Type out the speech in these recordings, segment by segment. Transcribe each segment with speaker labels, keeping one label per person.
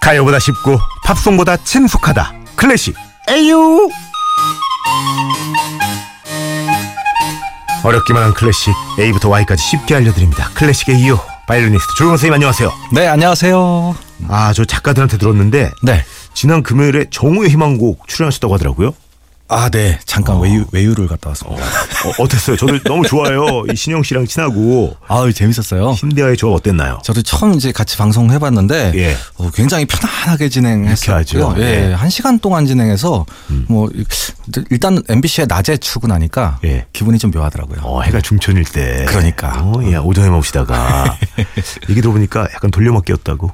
Speaker 1: 가요보다 쉽고 팝송보다 친숙하다 클래식 에유 어렵기만 한 클래식 A부터 Y까지 쉽게 알려드립니다 클래식 에유 바이올리니스트 조용 선생님 안녕하세요
Speaker 2: 네, 안녕하세요.
Speaker 1: 아 저 작가들한테 들었는데
Speaker 2: 네.
Speaker 1: 지난 금요일에 정우의 희망곡 출연하셨다고 하더라고요
Speaker 2: 아, 네. 잠깐 외유, 외유를 갔다 왔습니다.
Speaker 1: 어, 어땠어요? 저도 너무 좋아요 이 신영 씨랑 친하고
Speaker 2: 아유, 재밌었어요.
Speaker 1: 신대화의 조합 어땠나요?
Speaker 2: 저도 처음 이제 같이 방송을 해봤는데
Speaker 1: 예.
Speaker 2: 어, 굉장히 편안하게 진행했었고요.
Speaker 1: 유쾌하죠.
Speaker 2: 예,
Speaker 1: 예.
Speaker 2: 한 시간 동안 진행해서 뭐 일단 MBC에 낮에 출근하니까
Speaker 1: 예.
Speaker 2: 기분이 좀 묘하더라고요.
Speaker 1: 어, 해가 중천일 때.
Speaker 2: 그러니까.
Speaker 1: 어, 예, 오전에 멈추다가. 얘기 들어보니까 약간 돌려먹기였다고.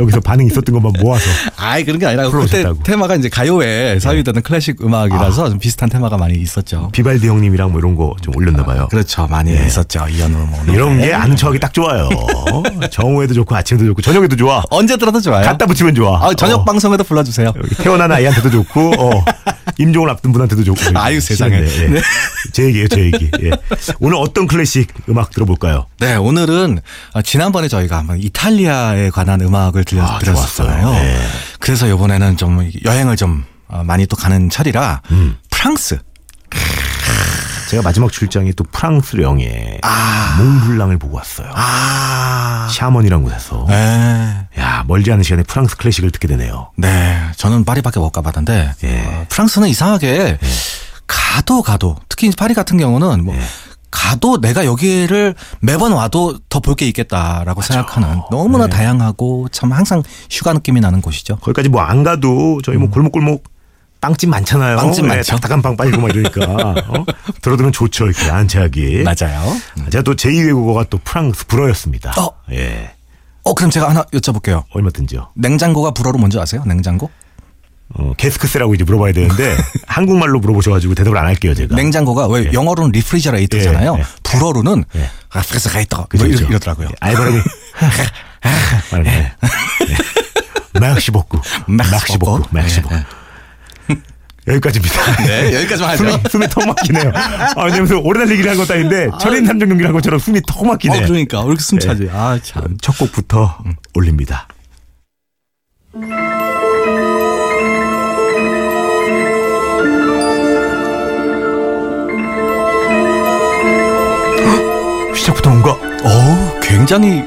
Speaker 1: 여기서 반응 있었던 것만 모아서.
Speaker 2: 아이 그런 게 아니라 그때
Speaker 1: 풀어오셨다고.
Speaker 2: 테마가 이제 가요에 사유되는 클래식 음악이라서 좀 비슷한 테마가 많이 있었죠.
Speaker 1: 비발디 형님이랑 뭐 이런 거 좀 올렸나봐요.
Speaker 2: 그렇죠, 많이 있었죠 이현우 뭐
Speaker 1: 이런 게 아는 척하기 딱 좋아요. 정오에도 좋고 아침에도 좋고 저녁에도 좋아.
Speaker 2: 언제 들어도 좋아요.
Speaker 1: 갖다 붙이면 좋아.
Speaker 2: 아, 저녁
Speaker 1: 어,
Speaker 2: 방송에도 불러주세요.
Speaker 1: 여기 태어난 아이한테도 좋고, 어, 임종을 앞둔 분한테도 좋고.
Speaker 2: 아유, 세상에.
Speaker 1: 예.
Speaker 2: 네.
Speaker 1: 제 얘기예요, 제 얘기. 예. 오늘 어떤 클래식 음악 들어볼까요?
Speaker 2: 네, 오늘은 아, 지난번에 저희가 한번 이탈리아에 관한 음악을 들려,
Speaker 1: 아,
Speaker 2: 드렸었잖아요.
Speaker 1: 좋았어요. 네.
Speaker 2: 그래서 이번에는 좀 여행을 좀 어, 많이 또 가는 차리라 프랑스.
Speaker 1: 제가 마지막 출장이 또 프랑스 영예
Speaker 2: 아.
Speaker 1: 몽블랑을 보고 왔어요.
Speaker 2: 아.
Speaker 1: 샤먼이란 곳에서
Speaker 2: 네.
Speaker 1: 야 멀지 않은 시간에 프랑스 클래식을 듣게 되네요.
Speaker 2: 네, 저는 파리밖에 못 가봤는데
Speaker 1: 예.
Speaker 2: 어, 프랑스는 이상하게 가도 가도 특히 이제 파리 같은 경우는 뭐 가도 내가 여기를 매번 와도 더 볼 게 있겠다라고 생각하는 너무나 다양하고 참 항상 휴가 느낌이 나는 곳이죠.
Speaker 1: 거기까지 뭐 안 가도 저희 뭐 골목골목 빵집 많잖아요.
Speaker 2: 음. 빵집
Speaker 1: 예,
Speaker 2: 많죠.
Speaker 1: 딱딱한 빵 빨고 막 이러니까 어? 들어두면 좋죠. 이렇게
Speaker 2: 네.
Speaker 1: 안채하기.
Speaker 2: 맞아요.
Speaker 1: 음. 제가 또 제2외국어가 또 프랑스 불어였습니다.
Speaker 2: 어.
Speaker 1: 예
Speaker 2: 어, 그럼 제가 하나 여쭤볼게요.
Speaker 1: 얼마든지요.
Speaker 2: 냉장고가 불어로 뭔지 아세요? 냉장고?
Speaker 1: 어, 게스크세라고 이제 물어봐야 되는데 한국말로 물어보셔가지고 대답을 안 할게요 제가.
Speaker 2: 냉장고가 뭐 왜 영어로는 리프리저레이터잖아요.
Speaker 1: 네. 예, 예.
Speaker 2: 불어로는
Speaker 1: 예.
Speaker 2: 라프레스레이터
Speaker 1: 그죠,
Speaker 2: 뭐 이러-
Speaker 1: 그죠.
Speaker 2: 이러더라고요.
Speaker 1: 예, 알바름이 말하네. 예. 맥시복구
Speaker 2: 맥시복구. 예,
Speaker 1: 맥시복구 여기까지입니다.
Speaker 2: 네, 여기까지만 하죠.
Speaker 1: 숨이, 숨이 턱 막히네요. 아, 왜냐면 오래 달리기를 한 것도 아닌데 철인 삼종 경기를 한 것처럼 숨이 턱 막히네.
Speaker 2: 네. 어, 그러니까 왜 이렇게 숨차지? 아 참.
Speaker 1: 첫 곡부터 올립니다. 시작부터 뭔가
Speaker 2: 어, 굉장히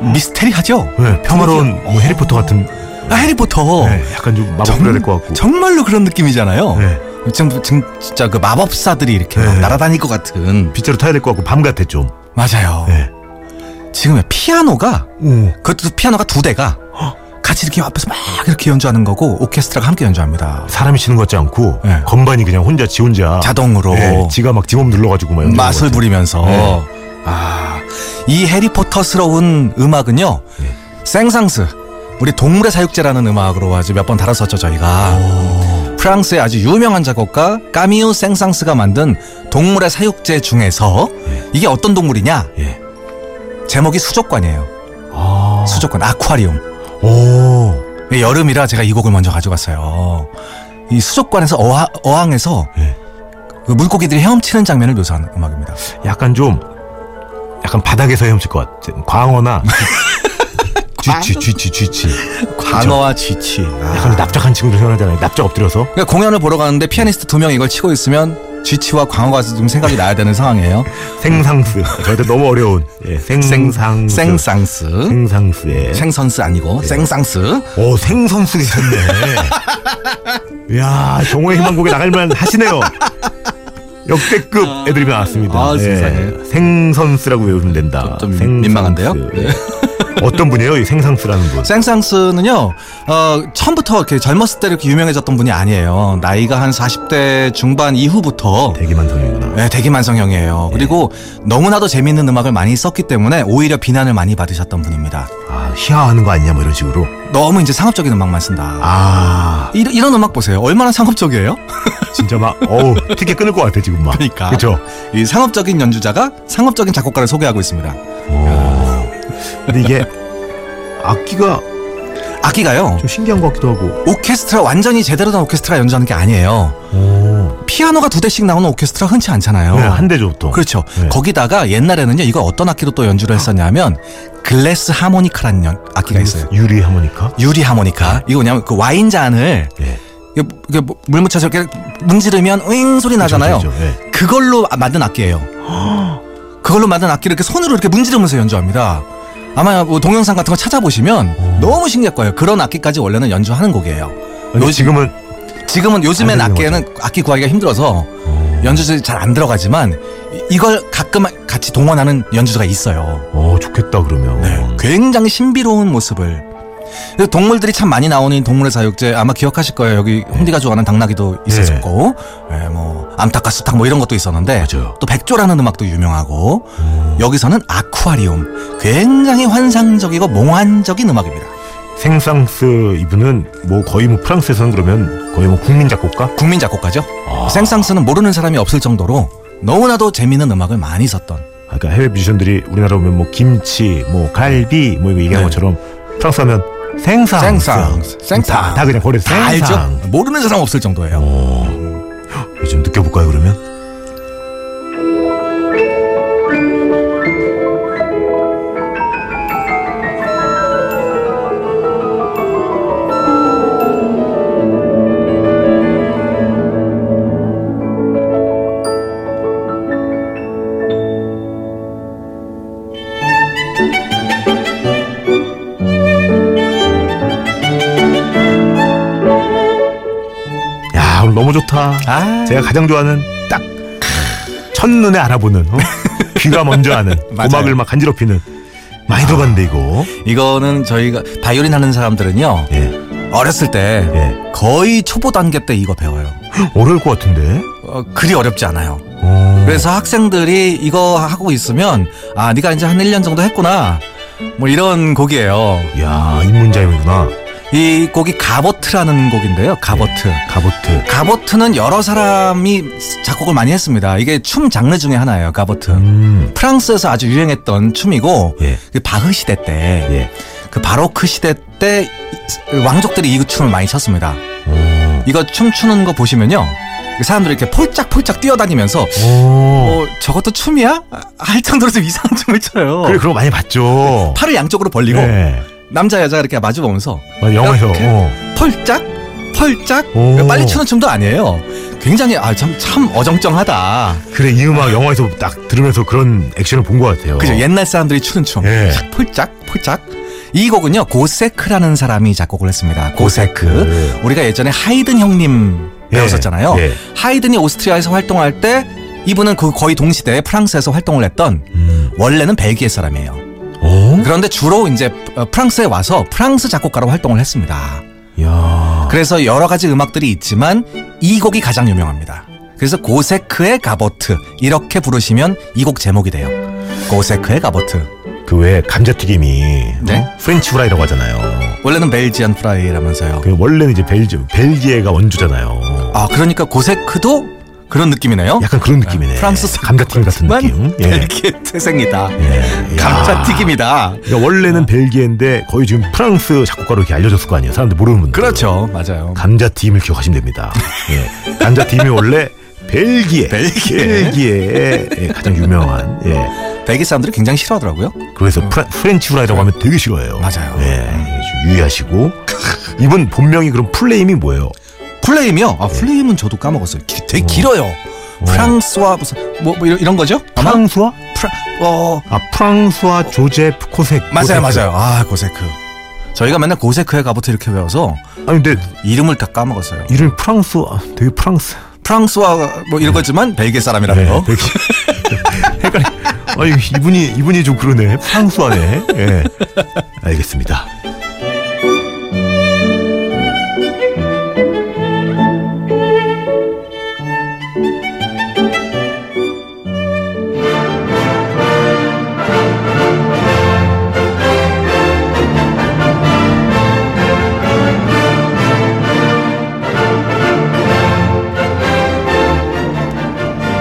Speaker 2: 미스테리하죠.
Speaker 1: 네, 평화로운
Speaker 2: 분위기가.
Speaker 1: 뭐 해리포터 같은
Speaker 2: 아, 해리포터.
Speaker 1: 네, 약간 좀 마법
Speaker 2: 정-
Speaker 1: 그려야 될 것 같고
Speaker 2: 정말로 그런 느낌이잖아요.
Speaker 1: 네.
Speaker 2: 지금, 지금 진짜 그 마법사들이 이렇게 막
Speaker 1: 네.
Speaker 2: 날아다닐 것 같은.
Speaker 1: 빗자루 타야 될 것 같고 밤 같아 좀.
Speaker 2: 맞아요.
Speaker 1: 네.
Speaker 2: 지금 피아노가
Speaker 1: 오.
Speaker 2: 그것도 피아노가 두 대가 같이 이렇게 앞에서 막 이렇게 연주하는 거고 오케스트라가 함께 연주합니다.
Speaker 1: 사람이 치는 것 같지 않고
Speaker 2: 네.
Speaker 1: 건반이 그냥 혼자 지 혼자
Speaker 2: 자동으로
Speaker 1: 예, 지가 막 지몸 눌러가지고 막 연주하는
Speaker 2: 아, 맛을
Speaker 1: 것 같아요.
Speaker 2: 부리면서
Speaker 1: 네.
Speaker 2: 아, 이 해리포터스러운 음악은요.
Speaker 1: 네.
Speaker 2: 생상스 우리 동물의 사육제라는 음악으로 아주 몇 번 다뤘었죠 저희가. 프랑스의 아주 유명한 작곡가 까미우 생상스가 만든 동물의 사육제 중에서
Speaker 1: 네.
Speaker 2: 이게 어떤 동물이냐?
Speaker 1: 예.
Speaker 2: 제목이 수족관이에요.
Speaker 1: 아.
Speaker 2: 수족관 아쿠아리움.
Speaker 1: 오.
Speaker 2: 네, 여름이라 제가 이 곡을 먼저 가져갔어요. 이 수족관에서 어하, 어항에서
Speaker 1: 예.
Speaker 2: 그 물고기들이 헤엄치는 장면을 묘사하는 음악입니다.
Speaker 1: 약간 좀 약간 바닥에서 헤엄칠 것 같아. 광어나 쥐치 쥐치 쥐치.
Speaker 2: 광어와 쥐치. 아.
Speaker 1: 약간 납작한 친구들 생각하잖아요. 납작 엎드려서.
Speaker 2: 그러니까 공연을 보러 가는데 피아니스트 두 명이 이걸 치고 있으면 쥐치와 광어가 좀 생각이 나야 되는 상황이에요.
Speaker 1: 생상스. 저한테 너무 어려운. 예, 음. 생상스. 음.
Speaker 2: 생상스.
Speaker 1: 생상스에.
Speaker 2: 생선스 아니고 생상스.
Speaker 1: 오 생선수 있었네. 야 정호의 희망곡에 나갈만 하시네요. 역대급 애드립이 나왔습니다. 예.
Speaker 2: 아, 세상에.
Speaker 1: 생선수라고 외우면 된다.
Speaker 2: 좀
Speaker 1: 생선스.
Speaker 2: 민망한데요? 네.
Speaker 1: 예. 어떤 분이에요? 이 생상스라는 분.
Speaker 2: 생상스는요, 어, 처음부터 이렇게 젊었을 때 이렇게 유명해졌던 분이 아니에요. 나이가 한 40대 중반 이후부터
Speaker 1: 대기만 성형이구나.
Speaker 2: 네, 되게 만성형이에요. 그리고 너무나도 재밌는 음악을 많이 썼기 때문에 오히려 비난을 많이 받으셨던 분입니다.
Speaker 1: 아 희화하는 거 아니냐 뭐 이런 식으로.
Speaker 2: 너무 이제 상업적인 음악만 쓴다.
Speaker 1: 아
Speaker 2: 이런, 이런 음악 보세요. 얼마나 상업적이에요?
Speaker 1: 진짜 막 어우 티켓 끊을 것 같아 지금 막.
Speaker 2: 그러니까.
Speaker 1: 그렇죠.
Speaker 2: 이 상업적인 연주자가 상업적인 작곡가를 소개하고 있습니다.
Speaker 1: 어. 근데 이게 악기가
Speaker 2: 악기가요.
Speaker 1: 좀 신기한 것 같기도 하고.
Speaker 2: 오케스트라 완전히 제대로 된 오케스트라 연주하는 게 아니에요.
Speaker 1: 오.
Speaker 2: 피아노가 두 대씩 나오는 오케스트라 흔치 않잖아요.
Speaker 1: 네, 한 대죠 보통.
Speaker 2: 어. 그렇죠.
Speaker 1: 네.
Speaker 2: 거기다가 옛날에는요, 이거 어떤 악기로 또 연주를 했었냐면, 글래스 하모니카라는 연- 악기가 있어요.
Speaker 1: 유리 하모니카.
Speaker 2: 유리 하모니카. 이거 뭐냐면 그 와인잔을
Speaker 1: 예.
Speaker 2: 이게- 이게 물 묻혀서 이렇게 문지르면 윙 소리 나잖아요.
Speaker 1: 그렇죠, 그렇죠. 예.
Speaker 2: 그걸로 아, 만든 악기예요. 그걸로 만든 악기를 이렇게 손으로 이렇게 문지르면서 연주합니다. 아마 뭐 동영상 같은 거 찾아보시면
Speaker 1: 오.
Speaker 2: 너무 신기할 거예요. 그런 악기까지 원래는 연주하는 곡이에요.
Speaker 1: 근데
Speaker 2: 요-
Speaker 1: 지금은
Speaker 2: 지금은 요즘엔
Speaker 1: 안 들리는
Speaker 2: 악기에는 악기 구하기가 힘들어서
Speaker 1: 어,
Speaker 2: 연주자들이 잘 안 들어가지만 이- 이걸 가끔 같이 동원하는 연주자가 있어요.
Speaker 1: 어, 좋겠다 그러면.
Speaker 2: 네. 굉장히 신비로운 모습을. 그래서 동물들이 참 많이 나오는 동물의 사육제 아마 기억하실 거예요. 여기
Speaker 1: 네.
Speaker 2: 홍디가 좋아하는 당나귀도 있었고, 예, 뭐 암탉과 수탉 뭐 이런 것도 있었는데
Speaker 1: 맞아요.
Speaker 2: 또 백조라는 음악도 유명하고
Speaker 1: 음.
Speaker 2: 여기서는 아쿠아리움 굉장히 환상적이고 몽환적인 음악입니다.
Speaker 1: 생상스 이분은 뭐 거의 뭐 프랑스에서는 그러면 거의 뭐 국민 작곡가.
Speaker 2: 국민 작곡가죠.
Speaker 1: 아.
Speaker 2: 생상스는 모르는 사람이 없을 정도로 너무나도 재미있는 음악을 많이 썼던
Speaker 1: 그러니까 해외 뮤지션들이 우리나라 오면 뭐 김치, 뭐 갈비, 뭐 이거 얘기한
Speaker 2: 네.
Speaker 1: 것처럼 프랑스 하면 생상,
Speaker 2: 생상,
Speaker 1: 다,
Speaker 2: 생상.
Speaker 1: 다 그냥 버려.
Speaker 2: 다
Speaker 1: 생상.
Speaker 2: 알죠. 모르는 사람 없을 정도예요.
Speaker 1: 어, 요즘 느껴볼까요 그러면? 야 오늘 너무 좋다.
Speaker 2: 아,
Speaker 1: 제가 가장 좋아하는 딱 첫눈에 알아보는 어? 귀가 먼저 아는
Speaker 2: 맞아요.
Speaker 1: 고막을 막 간지럽히는 많이 들어봤는데 이거
Speaker 2: 이거는 저희가 바이올린 하는 사람들은요
Speaker 1: 예,
Speaker 2: 어렸을 때
Speaker 1: 예.
Speaker 2: 거의 초보 단계 때 이거 배워요.
Speaker 1: 어려울 것 같은데
Speaker 2: 어, 그리 어렵지 않아요.
Speaker 1: 어,
Speaker 2: 그래서 학생들이 이거 하고 있으면 아 네가 이제 한 1년 정도 했구나. 뭐 이런 곡이에요.
Speaker 1: 야 입문자임이구나
Speaker 2: 이 곡이 가버트라는 곡인데요. 가버트.
Speaker 1: 가보트
Speaker 2: 가버트는 여러 사람이 작곡을 많이 했습니다. 이게 춤 장르 중에 하나예요. 가버트.
Speaker 1: 음,
Speaker 2: 프랑스에서 아주 유행했던 춤이고
Speaker 1: 예,
Speaker 2: 그 바흐 시대 때 그
Speaker 1: 예.
Speaker 2: 바로크 시대 때 이- 왕족들이 이 춤을 많이 췄습니다.
Speaker 1: 어.
Speaker 2: 이거 춤추는 거 보시면요. 그 사람들이 이렇게 폴짝폴짝 뛰어다니면서
Speaker 1: 오, 오.
Speaker 2: 어, 저것도 춤이야? 아, 할 정도로 좀 이상한 춤을 춰요.
Speaker 1: 그래 그런 거 많이 봤죠
Speaker 2: 팔을 양쪽으로 벌리고
Speaker 1: 예.
Speaker 2: 남자 여자 이렇게 마주 보면서
Speaker 1: 맞아, 영화에서
Speaker 2: 이렇게.
Speaker 1: 어.
Speaker 2: 펄짝 펄짝 그러니까
Speaker 1: 오.
Speaker 2: 빨리 추는 춤도 아니에요. 굉장히 아 참 참 어정쩡하다.
Speaker 1: 그래 이 음악 영화에서 딱 들으면서 그런 액션을 본 것 같아요
Speaker 2: 그죠? 옛날 사람들이 추는 춤.
Speaker 1: 예.
Speaker 2: 착, 폴짝 폴짝. 이 곡은요 고세크라는 사람이 작곡을 했습니다. 고세크.
Speaker 1: 그,
Speaker 2: 우리가 예전에 하이든 형님
Speaker 1: 예.
Speaker 2: 배웠었잖아요.
Speaker 1: 예.
Speaker 2: 하이든이 오스트리아에서 활동할 때 이분은 그 거의 동시대에 프랑스에서 활동을 했던
Speaker 1: 음.
Speaker 2: 원래는 벨기에 사람이에요.
Speaker 1: 어?
Speaker 2: 그런데 주로 이제 어, 프랑스에 와서 프랑스 작곡가로 활동을 했습니다.
Speaker 1: 야
Speaker 2: 어. 그래서 여러 가지 음악들이 있지만 이 곡이 가장 유명합니다. 그래서 고세크의 가버트 이렇게 부르시면 이 곡 제목이 돼요. 고세크의 가버트.
Speaker 1: 그 왜 감자튀김이
Speaker 2: 네.
Speaker 1: 어? 프렌치 후라이라고 하잖아요.
Speaker 2: 원래는 벨지안 프라이라면서요.
Speaker 1: 그 원래는 이제 벨지 벨기에가 원주잖아요.
Speaker 2: 아 그러니까 고세크도 그런 느낌이네요.
Speaker 1: 약간 그런 느낌이네.
Speaker 2: 프랑스
Speaker 1: 감자튀김 같은 느낌.
Speaker 2: 만
Speaker 1: 예.
Speaker 2: 벨기에 태생이다.
Speaker 1: 예. 야.
Speaker 2: 감자튀김이다.
Speaker 1: 그러니까 원래는 벨기에인데 거의 지금 프랑스 작곡가로 이렇게 알려졌을 거 아니에요. 사람들 모르는 분들.
Speaker 2: 그렇죠, 맞아요.
Speaker 1: 감자튀김을 기억하시면 됩니다. 예. 감자튀김이 원래 벨기에,
Speaker 2: 벨기에.
Speaker 1: 벨기에의 예, 가장 유명한. 예.
Speaker 2: 벨기에 사람들이 굉장히 싫어하더라고요.
Speaker 1: 그래서 프라, 프렌치 후라이라고 하면 되게 싫어해요.
Speaker 2: 맞아요. 음.
Speaker 1: 예. 좀 유의하시고 이분 본명이 그럼 플레임이 뭐예요?
Speaker 2: 플레임이요? 아 플레임은 저도 까먹었어요. 기- 되게
Speaker 1: 어.
Speaker 2: 길어요. 프랑스와 무슨 뭐, 뭐 이런, 이런 거죠? 아마
Speaker 1: 프랑스와?
Speaker 2: 프라 어
Speaker 1: 아 프랑스와 조제프 코색
Speaker 2: 맞아요, 맞아요. 아 고세크. 저희가 맨날 고세크의 가부터 이렇게 외워서
Speaker 1: 아니 근데
Speaker 2: 이름을 다 까먹었어요.
Speaker 1: 이름 프랑스 아, 되게 프랑스 네,
Speaker 2: 프랑스와 뭐 이런 거지만 벨기에 사람이라는 거.
Speaker 1: 되게 헷갈려 아니 이분이 이분이 좀 그러네 프랑스와네 예 알겠습니다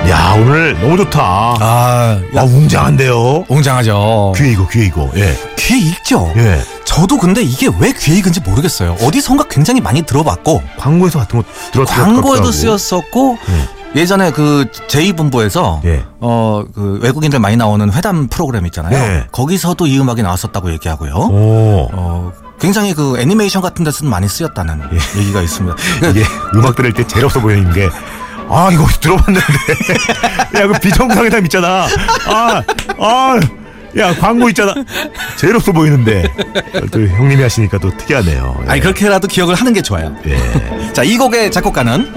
Speaker 1: 야 오늘 너무 좋다 아,
Speaker 2: 아, 야,
Speaker 1: 웅장한데요
Speaker 2: 웅장하죠.
Speaker 1: 귀에 이거 귀에 이거
Speaker 2: 귀에 익죠.
Speaker 1: 예 예
Speaker 2: 저도 근데 이게 왜 귀에 익은지 모르겠어요. 어디선가 굉장히 많이 들어봤고
Speaker 1: 광고에서 같은 거 들었던 것
Speaker 2: 광고에도
Speaker 1: 같기도 하고.
Speaker 2: 쓰였었고
Speaker 1: 예.
Speaker 2: 그렇죠, 예전에 그 제2본부에서
Speaker 1: 예.
Speaker 2: 어, 그 외국인들 많이 나오는 회담 프로그램 있잖아요.
Speaker 1: 네.
Speaker 2: 거기서도 이 음악이 나왔었다고 얘기하고요.
Speaker 1: 오.
Speaker 2: 어, 굉장히 그 애니메이션 같은 데서는 많이 쓰였다는 얘기가 있습니다.
Speaker 1: 이게 음악 들을 때 제일 없어 보이는 게. 아 이거 들어봤는데 야그 비정상회담 있잖아 아, 아아야 광고 있잖아 제일 없어 보이는데 또 형님이 하시니까 또 특이하네요 예.
Speaker 2: 아니 그렇게라도 기억을 하는 게 좋아요.
Speaker 1: 예.
Speaker 2: 자, 이 곡의 작곡가는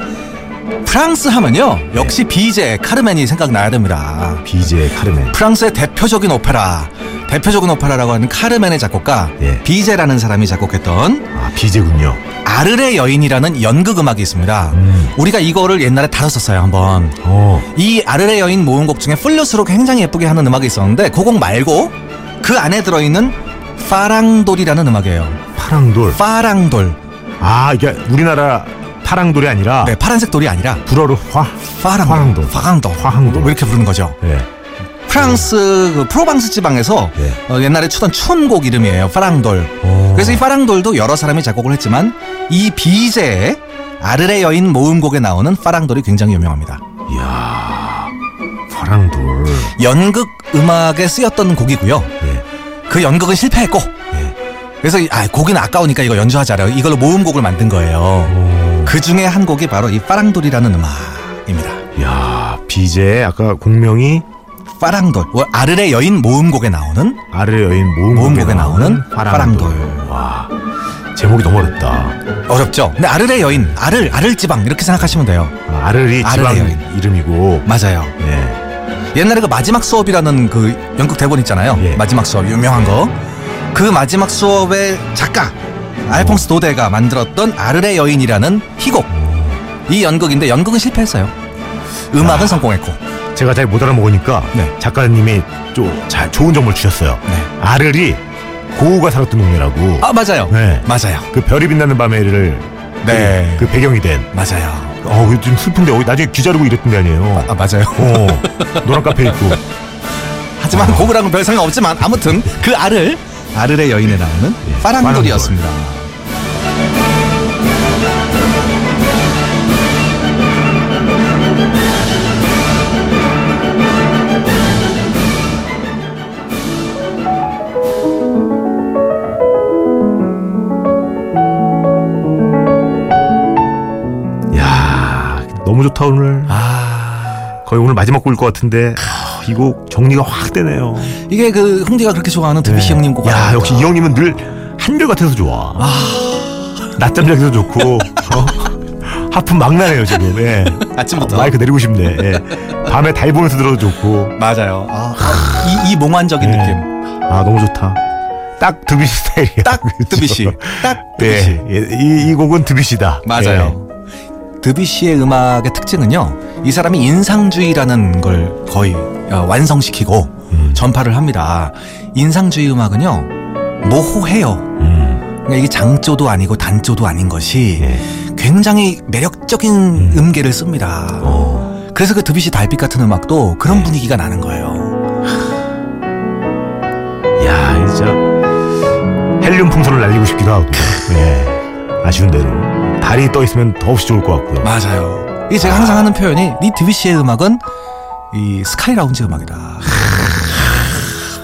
Speaker 2: 프랑스 하면요. 역시
Speaker 1: 네.
Speaker 2: 비제 카르멘이 생각나야 됩니다.
Speaker 1: BJ 카르멘
Speaker 2: 프랑스의 대표적인 오페라, 대표적인 오페라라고 하는 카르멘의 작곡가
Speaker 1: 예.
Speaker 2: 비제라는 사람이 작곡했던
Speaker 1: 아 BJ군요
Speaker 2: 아르레 여인이라는 연극 음악이 있습니다.
Speaker 1: 음.
Speaker 2: 우리가 이거를 옛날에 다뤘었어요, 한번.
Speaker 1: 어
Speaker 2: 이 아르레 여인 모음곡 중에 플루스로 굉장히 예쁘게 하는 음악이 있었는데 그 곡 말고 그 안에 들어있는 파랑돌이라는 음악이에요.
Speaker 1: 파랑돌
Speaker 2: 파랑돌.
Speaker 1: 아 이게 우리나라 파랑돌이 아니라
Speaker 2: 네, 파란색 돌이 아니라
Speaker 1: 불어로 화
Speaker 2: 파랑돌.
Speaker 1: 화랑돌.
Speaker 2: 파랑돌.
Speaker 1: 화랑돌.
Speaker 2: 왜뭐 이렇게 부르는 거죠?
Speaker 1: 예.
Speaker 2: 프랑스 그 프로방스 지방에서
Speaker 1: 예.
Speaker 2: 어, 옛날에 추던 춘곡 이름이에요. 파랑돌.
Speaker 1: 어.
Speaker 2: 그래서 이 파랑돌도 여러 사람이 작곡을 했지만 이 비제의 아르레 여인 모음곡에 나오는 파랑돌이 굉장히 유명합니다.
Speaker 1: 이야 파랑돌
Speaker 2: 연극 음악에 쓰였던 곡이고요.
Speaker 1: 예.
Speaker 2: 그 연극은 실패했고 그래서 이- 아 곡은 아까우니까 이거 연주하자라 이걸로 모음곡을 만든 거예요.
Speaker 1: 오.
Speaker 2: 그 중에 한 곡이 바로 이 파랑돌이라는 음악입니다.
Speaker 1: 야 BJ 아까 공명이
Speaker 2: 파랑돌 월- 아르레 여인 모음곡에 나오는
Speaker 1: 아래 여인 모음곡에,
Speaker 2: 모음곡에 나오는
Speaker 1: 파랑돌.
Speaker 2: 파랑돌.
Speaker 1: 와 제목이 너무 어렵다
Speaker 2: 어렵죠. 근데 아르레 여인 아를 아를 지방 이렇게 생각하시면 돼요.
Speaker 1: 아, 아르리 지방
Speaker 2: 아르레 여인.
Speaker 1: 이름이고
Speaker 2: 맞아요.
Speaker 1: 예.
Speaker 2: 옛날에 그 마지막 수업이라는 그 연극 대본 있잖아요.
Speaker 1: 예.
Speaker 2: 마지막 수업 유명한 거. 그 마지막 수업의 작가 알퐁스 도데가 만들었던 아르레 여인이라는 희곡. 이 연극인데 연극은 실패했어요. 음악은 성공했고.
Speaker 1: 제가 잘 못 알아먹으니까
Speaker 2: 네.
Speaker 1: 작가님이 좀 잘 좋은 정보를 주셨어요
Speaker 2: 네.
Speaker 1: 아르리 고우가 살았던 동네라고
Speaker 2: 아 맞아요.
Speaker 1: 네.
Speaker 2: 맞아요.
Speaker 1: 그 별이 빛나는 밤에를
Speaker 2: 네.
Speaker 1: 그, 그 배경이 된
Speaker 2: 맞아요.
Speaker 1: 어우 이거 좀 슬픈데 어, 나중에 귀자르고 이랬던 게 아니에요
Speaker 2: 아 맞아요.
Speaker 1: 어 노란 카페 있고
Speaker 2: 하지만 고브랑은 별 상관 없지만 아무튼 그 알을 아르레 여인에 나오는
Speaker 1: 예,
Speaker 2: 파랑돌이었습니다.
Speaker 1: 야 너무 좋다 오늘
Speaker 2: 아
Speaker 1: 거의 오늘 마지막 곡일 것 같은데 아, 이곡 정리가 확 되네요
Speaker 2: 이게 그 홍디가 그렇게 좋아하는 드비시 형님 곡.
Speaker 1: 야
Speaker 2: 아닙니까?
Speaker 1: 역시 이 형님은 늘 한결같아서 좋아 낮잠 자기도 좋고 어? 하품 막 나네요 지금 예.
Speaker 2: 아침부터 그-
Speaker 1: 마이크 내리고 싶네 예. 밤에 달 보면서 들어도 좋고
Speaker 2: 맞아요. 네. 아, 이, 이 몽환적인
Speaker 1: 예.
Speaker 2: 느낌.
Speaker 1: 아 너무 좋다 딱 드비시 스타일이야
Speaker 2: 딱
Speaker 1: 그죠?
Speaker 2: 드비시. 딱 드비시.
Speaker 1: 예, 예, 이, 이 곡은 드비시다
Speaker 2: 네. 맞아요. 네. 드비시의 음악의 특징은요. 이 사람이 인상주의라는 걸 거의 어, 완성시키고
Speaker 1: 음.
Speaker 2: 전파를 합니다. 인상주의 음악은요. 모호해요.
Speaker 1: 예. 음,
Speaker 2: 그러니까 이게 장조도 아니고 단조도 아닌 것이
Speaker 1: 예.
Speaker 2: 굉장히 매력적인 네. 음. 계를 씁니다.
Speaker 1: 어.
Speaker 2: 그래서 그 드비시 달빛 같은 음악도 그런 분위기가 나는 거예요.
Speaker 1: 야 진짜 헬륨 풍선을 날리고 싶기도 하고 예. 아쉬운 대로 달이 떠 있으면 더없이 좋을 것 같고요
Speaker 2: 맞아요. 이게 제가 항상 하는 표현이 이 드비시의 음악은 이 스카이 라운지 음악이다.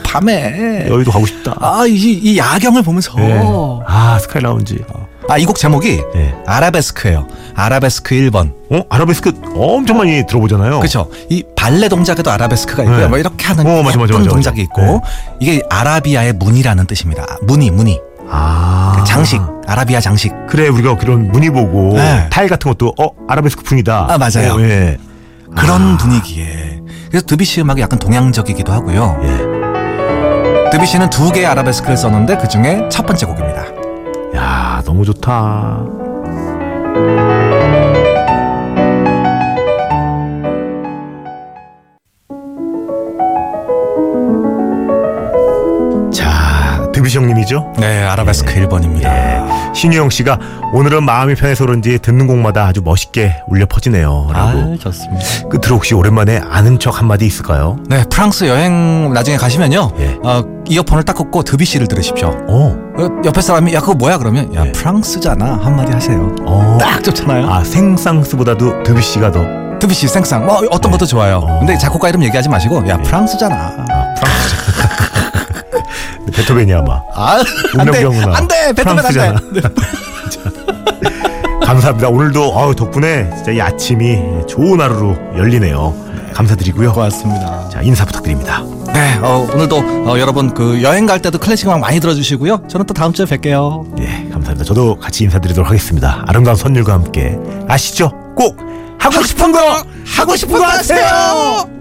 Speaker 2: 밤에
Speaker 1: 여의도 가고 싶다
Speaker 2: 아, 어. 이, 이 야경을 보면서
Speaker 1: 예. 아 스카이 라운지
Speaker 2: 아, 이 곡 제목이
Speaker 1: 예.
Speaker 2: 아라베스크예요. 아라베스크 1번.
Speaker 1: 어 아라베스크 엄청 많이 들어보잖아요.
Speaker 2: 그렇죠. 이 발레 동작에도 아라베스크가 있고요.
Speaker 1: 네.
Speaker 2: 뭐 이렇게 하는
Speaker 1: 어, 맞아, 맞아,
Speaker 2: 예쁜
Speaker 1: 맞아, 맞아.
Speaker 2: 동작이 있고
Speaker 1: 네.
Speaker 2: 이게 아라비아의 무늬라는 뜻입니다. 무늬, 무늬.
Speaker 1: 아
Speaker 2: 그 장식. 아라비아 장식.
Speaker 1: 그래 우리가 그런 무늬 보고
Speaker 2: 네.
Speaker 1: 타일 같은 것도 어 아라베스크 풍이다.
Speaker 2: 아, 맞아요.
Speaker 1: 어, 예.
Speaker 2: 그런 분위기에. 그래서 드비시 음악이 약간 동양적이기도 하고요.
Speaker 1: 예.
Speaker 2: 드비시는 두 개의 아라베스크를 썼는데 그 중에 첫 번째 곡입니다.
Speaker 1: 야 너무 좋다. 자 드비시 형님이죠?
Speaker 2: 네, 아라베스크 1번입니다.
Speaker 1: 예. 신유영 씨가 오늘은 마음이 편해서 그런지 듣는 곡마다 아주 멋있게 울려 퍼지네요. 라고.
Speaker 2: 좋습니다.
Speaker 1: 끝으로 혹시 오랜만에 아는 척 한마디 있을까요?
Speaker 2: 네, 프랑스 여행 나중에 가시면요.
Speaker 1: 예.
Speaker 2: 어, 이어폰을 딱 꽂고 드비시를 들으십시오.
Speaker 1: 어,
Speaker 2: 어, 옆에 사람이 야 그거 뭐야 그러면 야
Speaker 1: 예.
Speaker 2: 프랑스잖아 한마디 하세요.
Speaker 1: 어.
Speaker 2: 딱 좋잖아요.
Speaker 1: 아, 생상스보다도 드뷔시가 더.
Speaker 2: 뚜비씨 생상 뭐 어떤
Speaker 1: 예.
Speaker 2: 것도 좋아요. 근데 작곡가 이름 얘기하지 마시고 야 프랑스잖아.
Speaker 1: 베토벤이 아마.
Speaker 2: 아,
Speaker 1: 운명경은아.
Speaker 2: 안돼 베토벤 안돼. 네,
Speaker 1: 프랑스잖아. 감사합니다. 오늘도 아우 덕분에 진짜 이 아침이 좋은 하루로 열리네요. 감사드리고요.
Speaker 2: 고맙습니다.
Speaker 1: 자 인사 부탁드립니다.
Speaker 2: 네, 어, 오늘도 어, 여러분 그 여행 갈 때도 클래식 음악 많이 들어주시고요. 저는 또 다음 주에 뵐게요.
Speaker 1: 예, 감사합니다. 저도 같이 인사드리도록 하겠습니다. 아름다운 선율과 함께 아시죠? 꼭 하고 싶은 거 하고 싶은 거 하세요.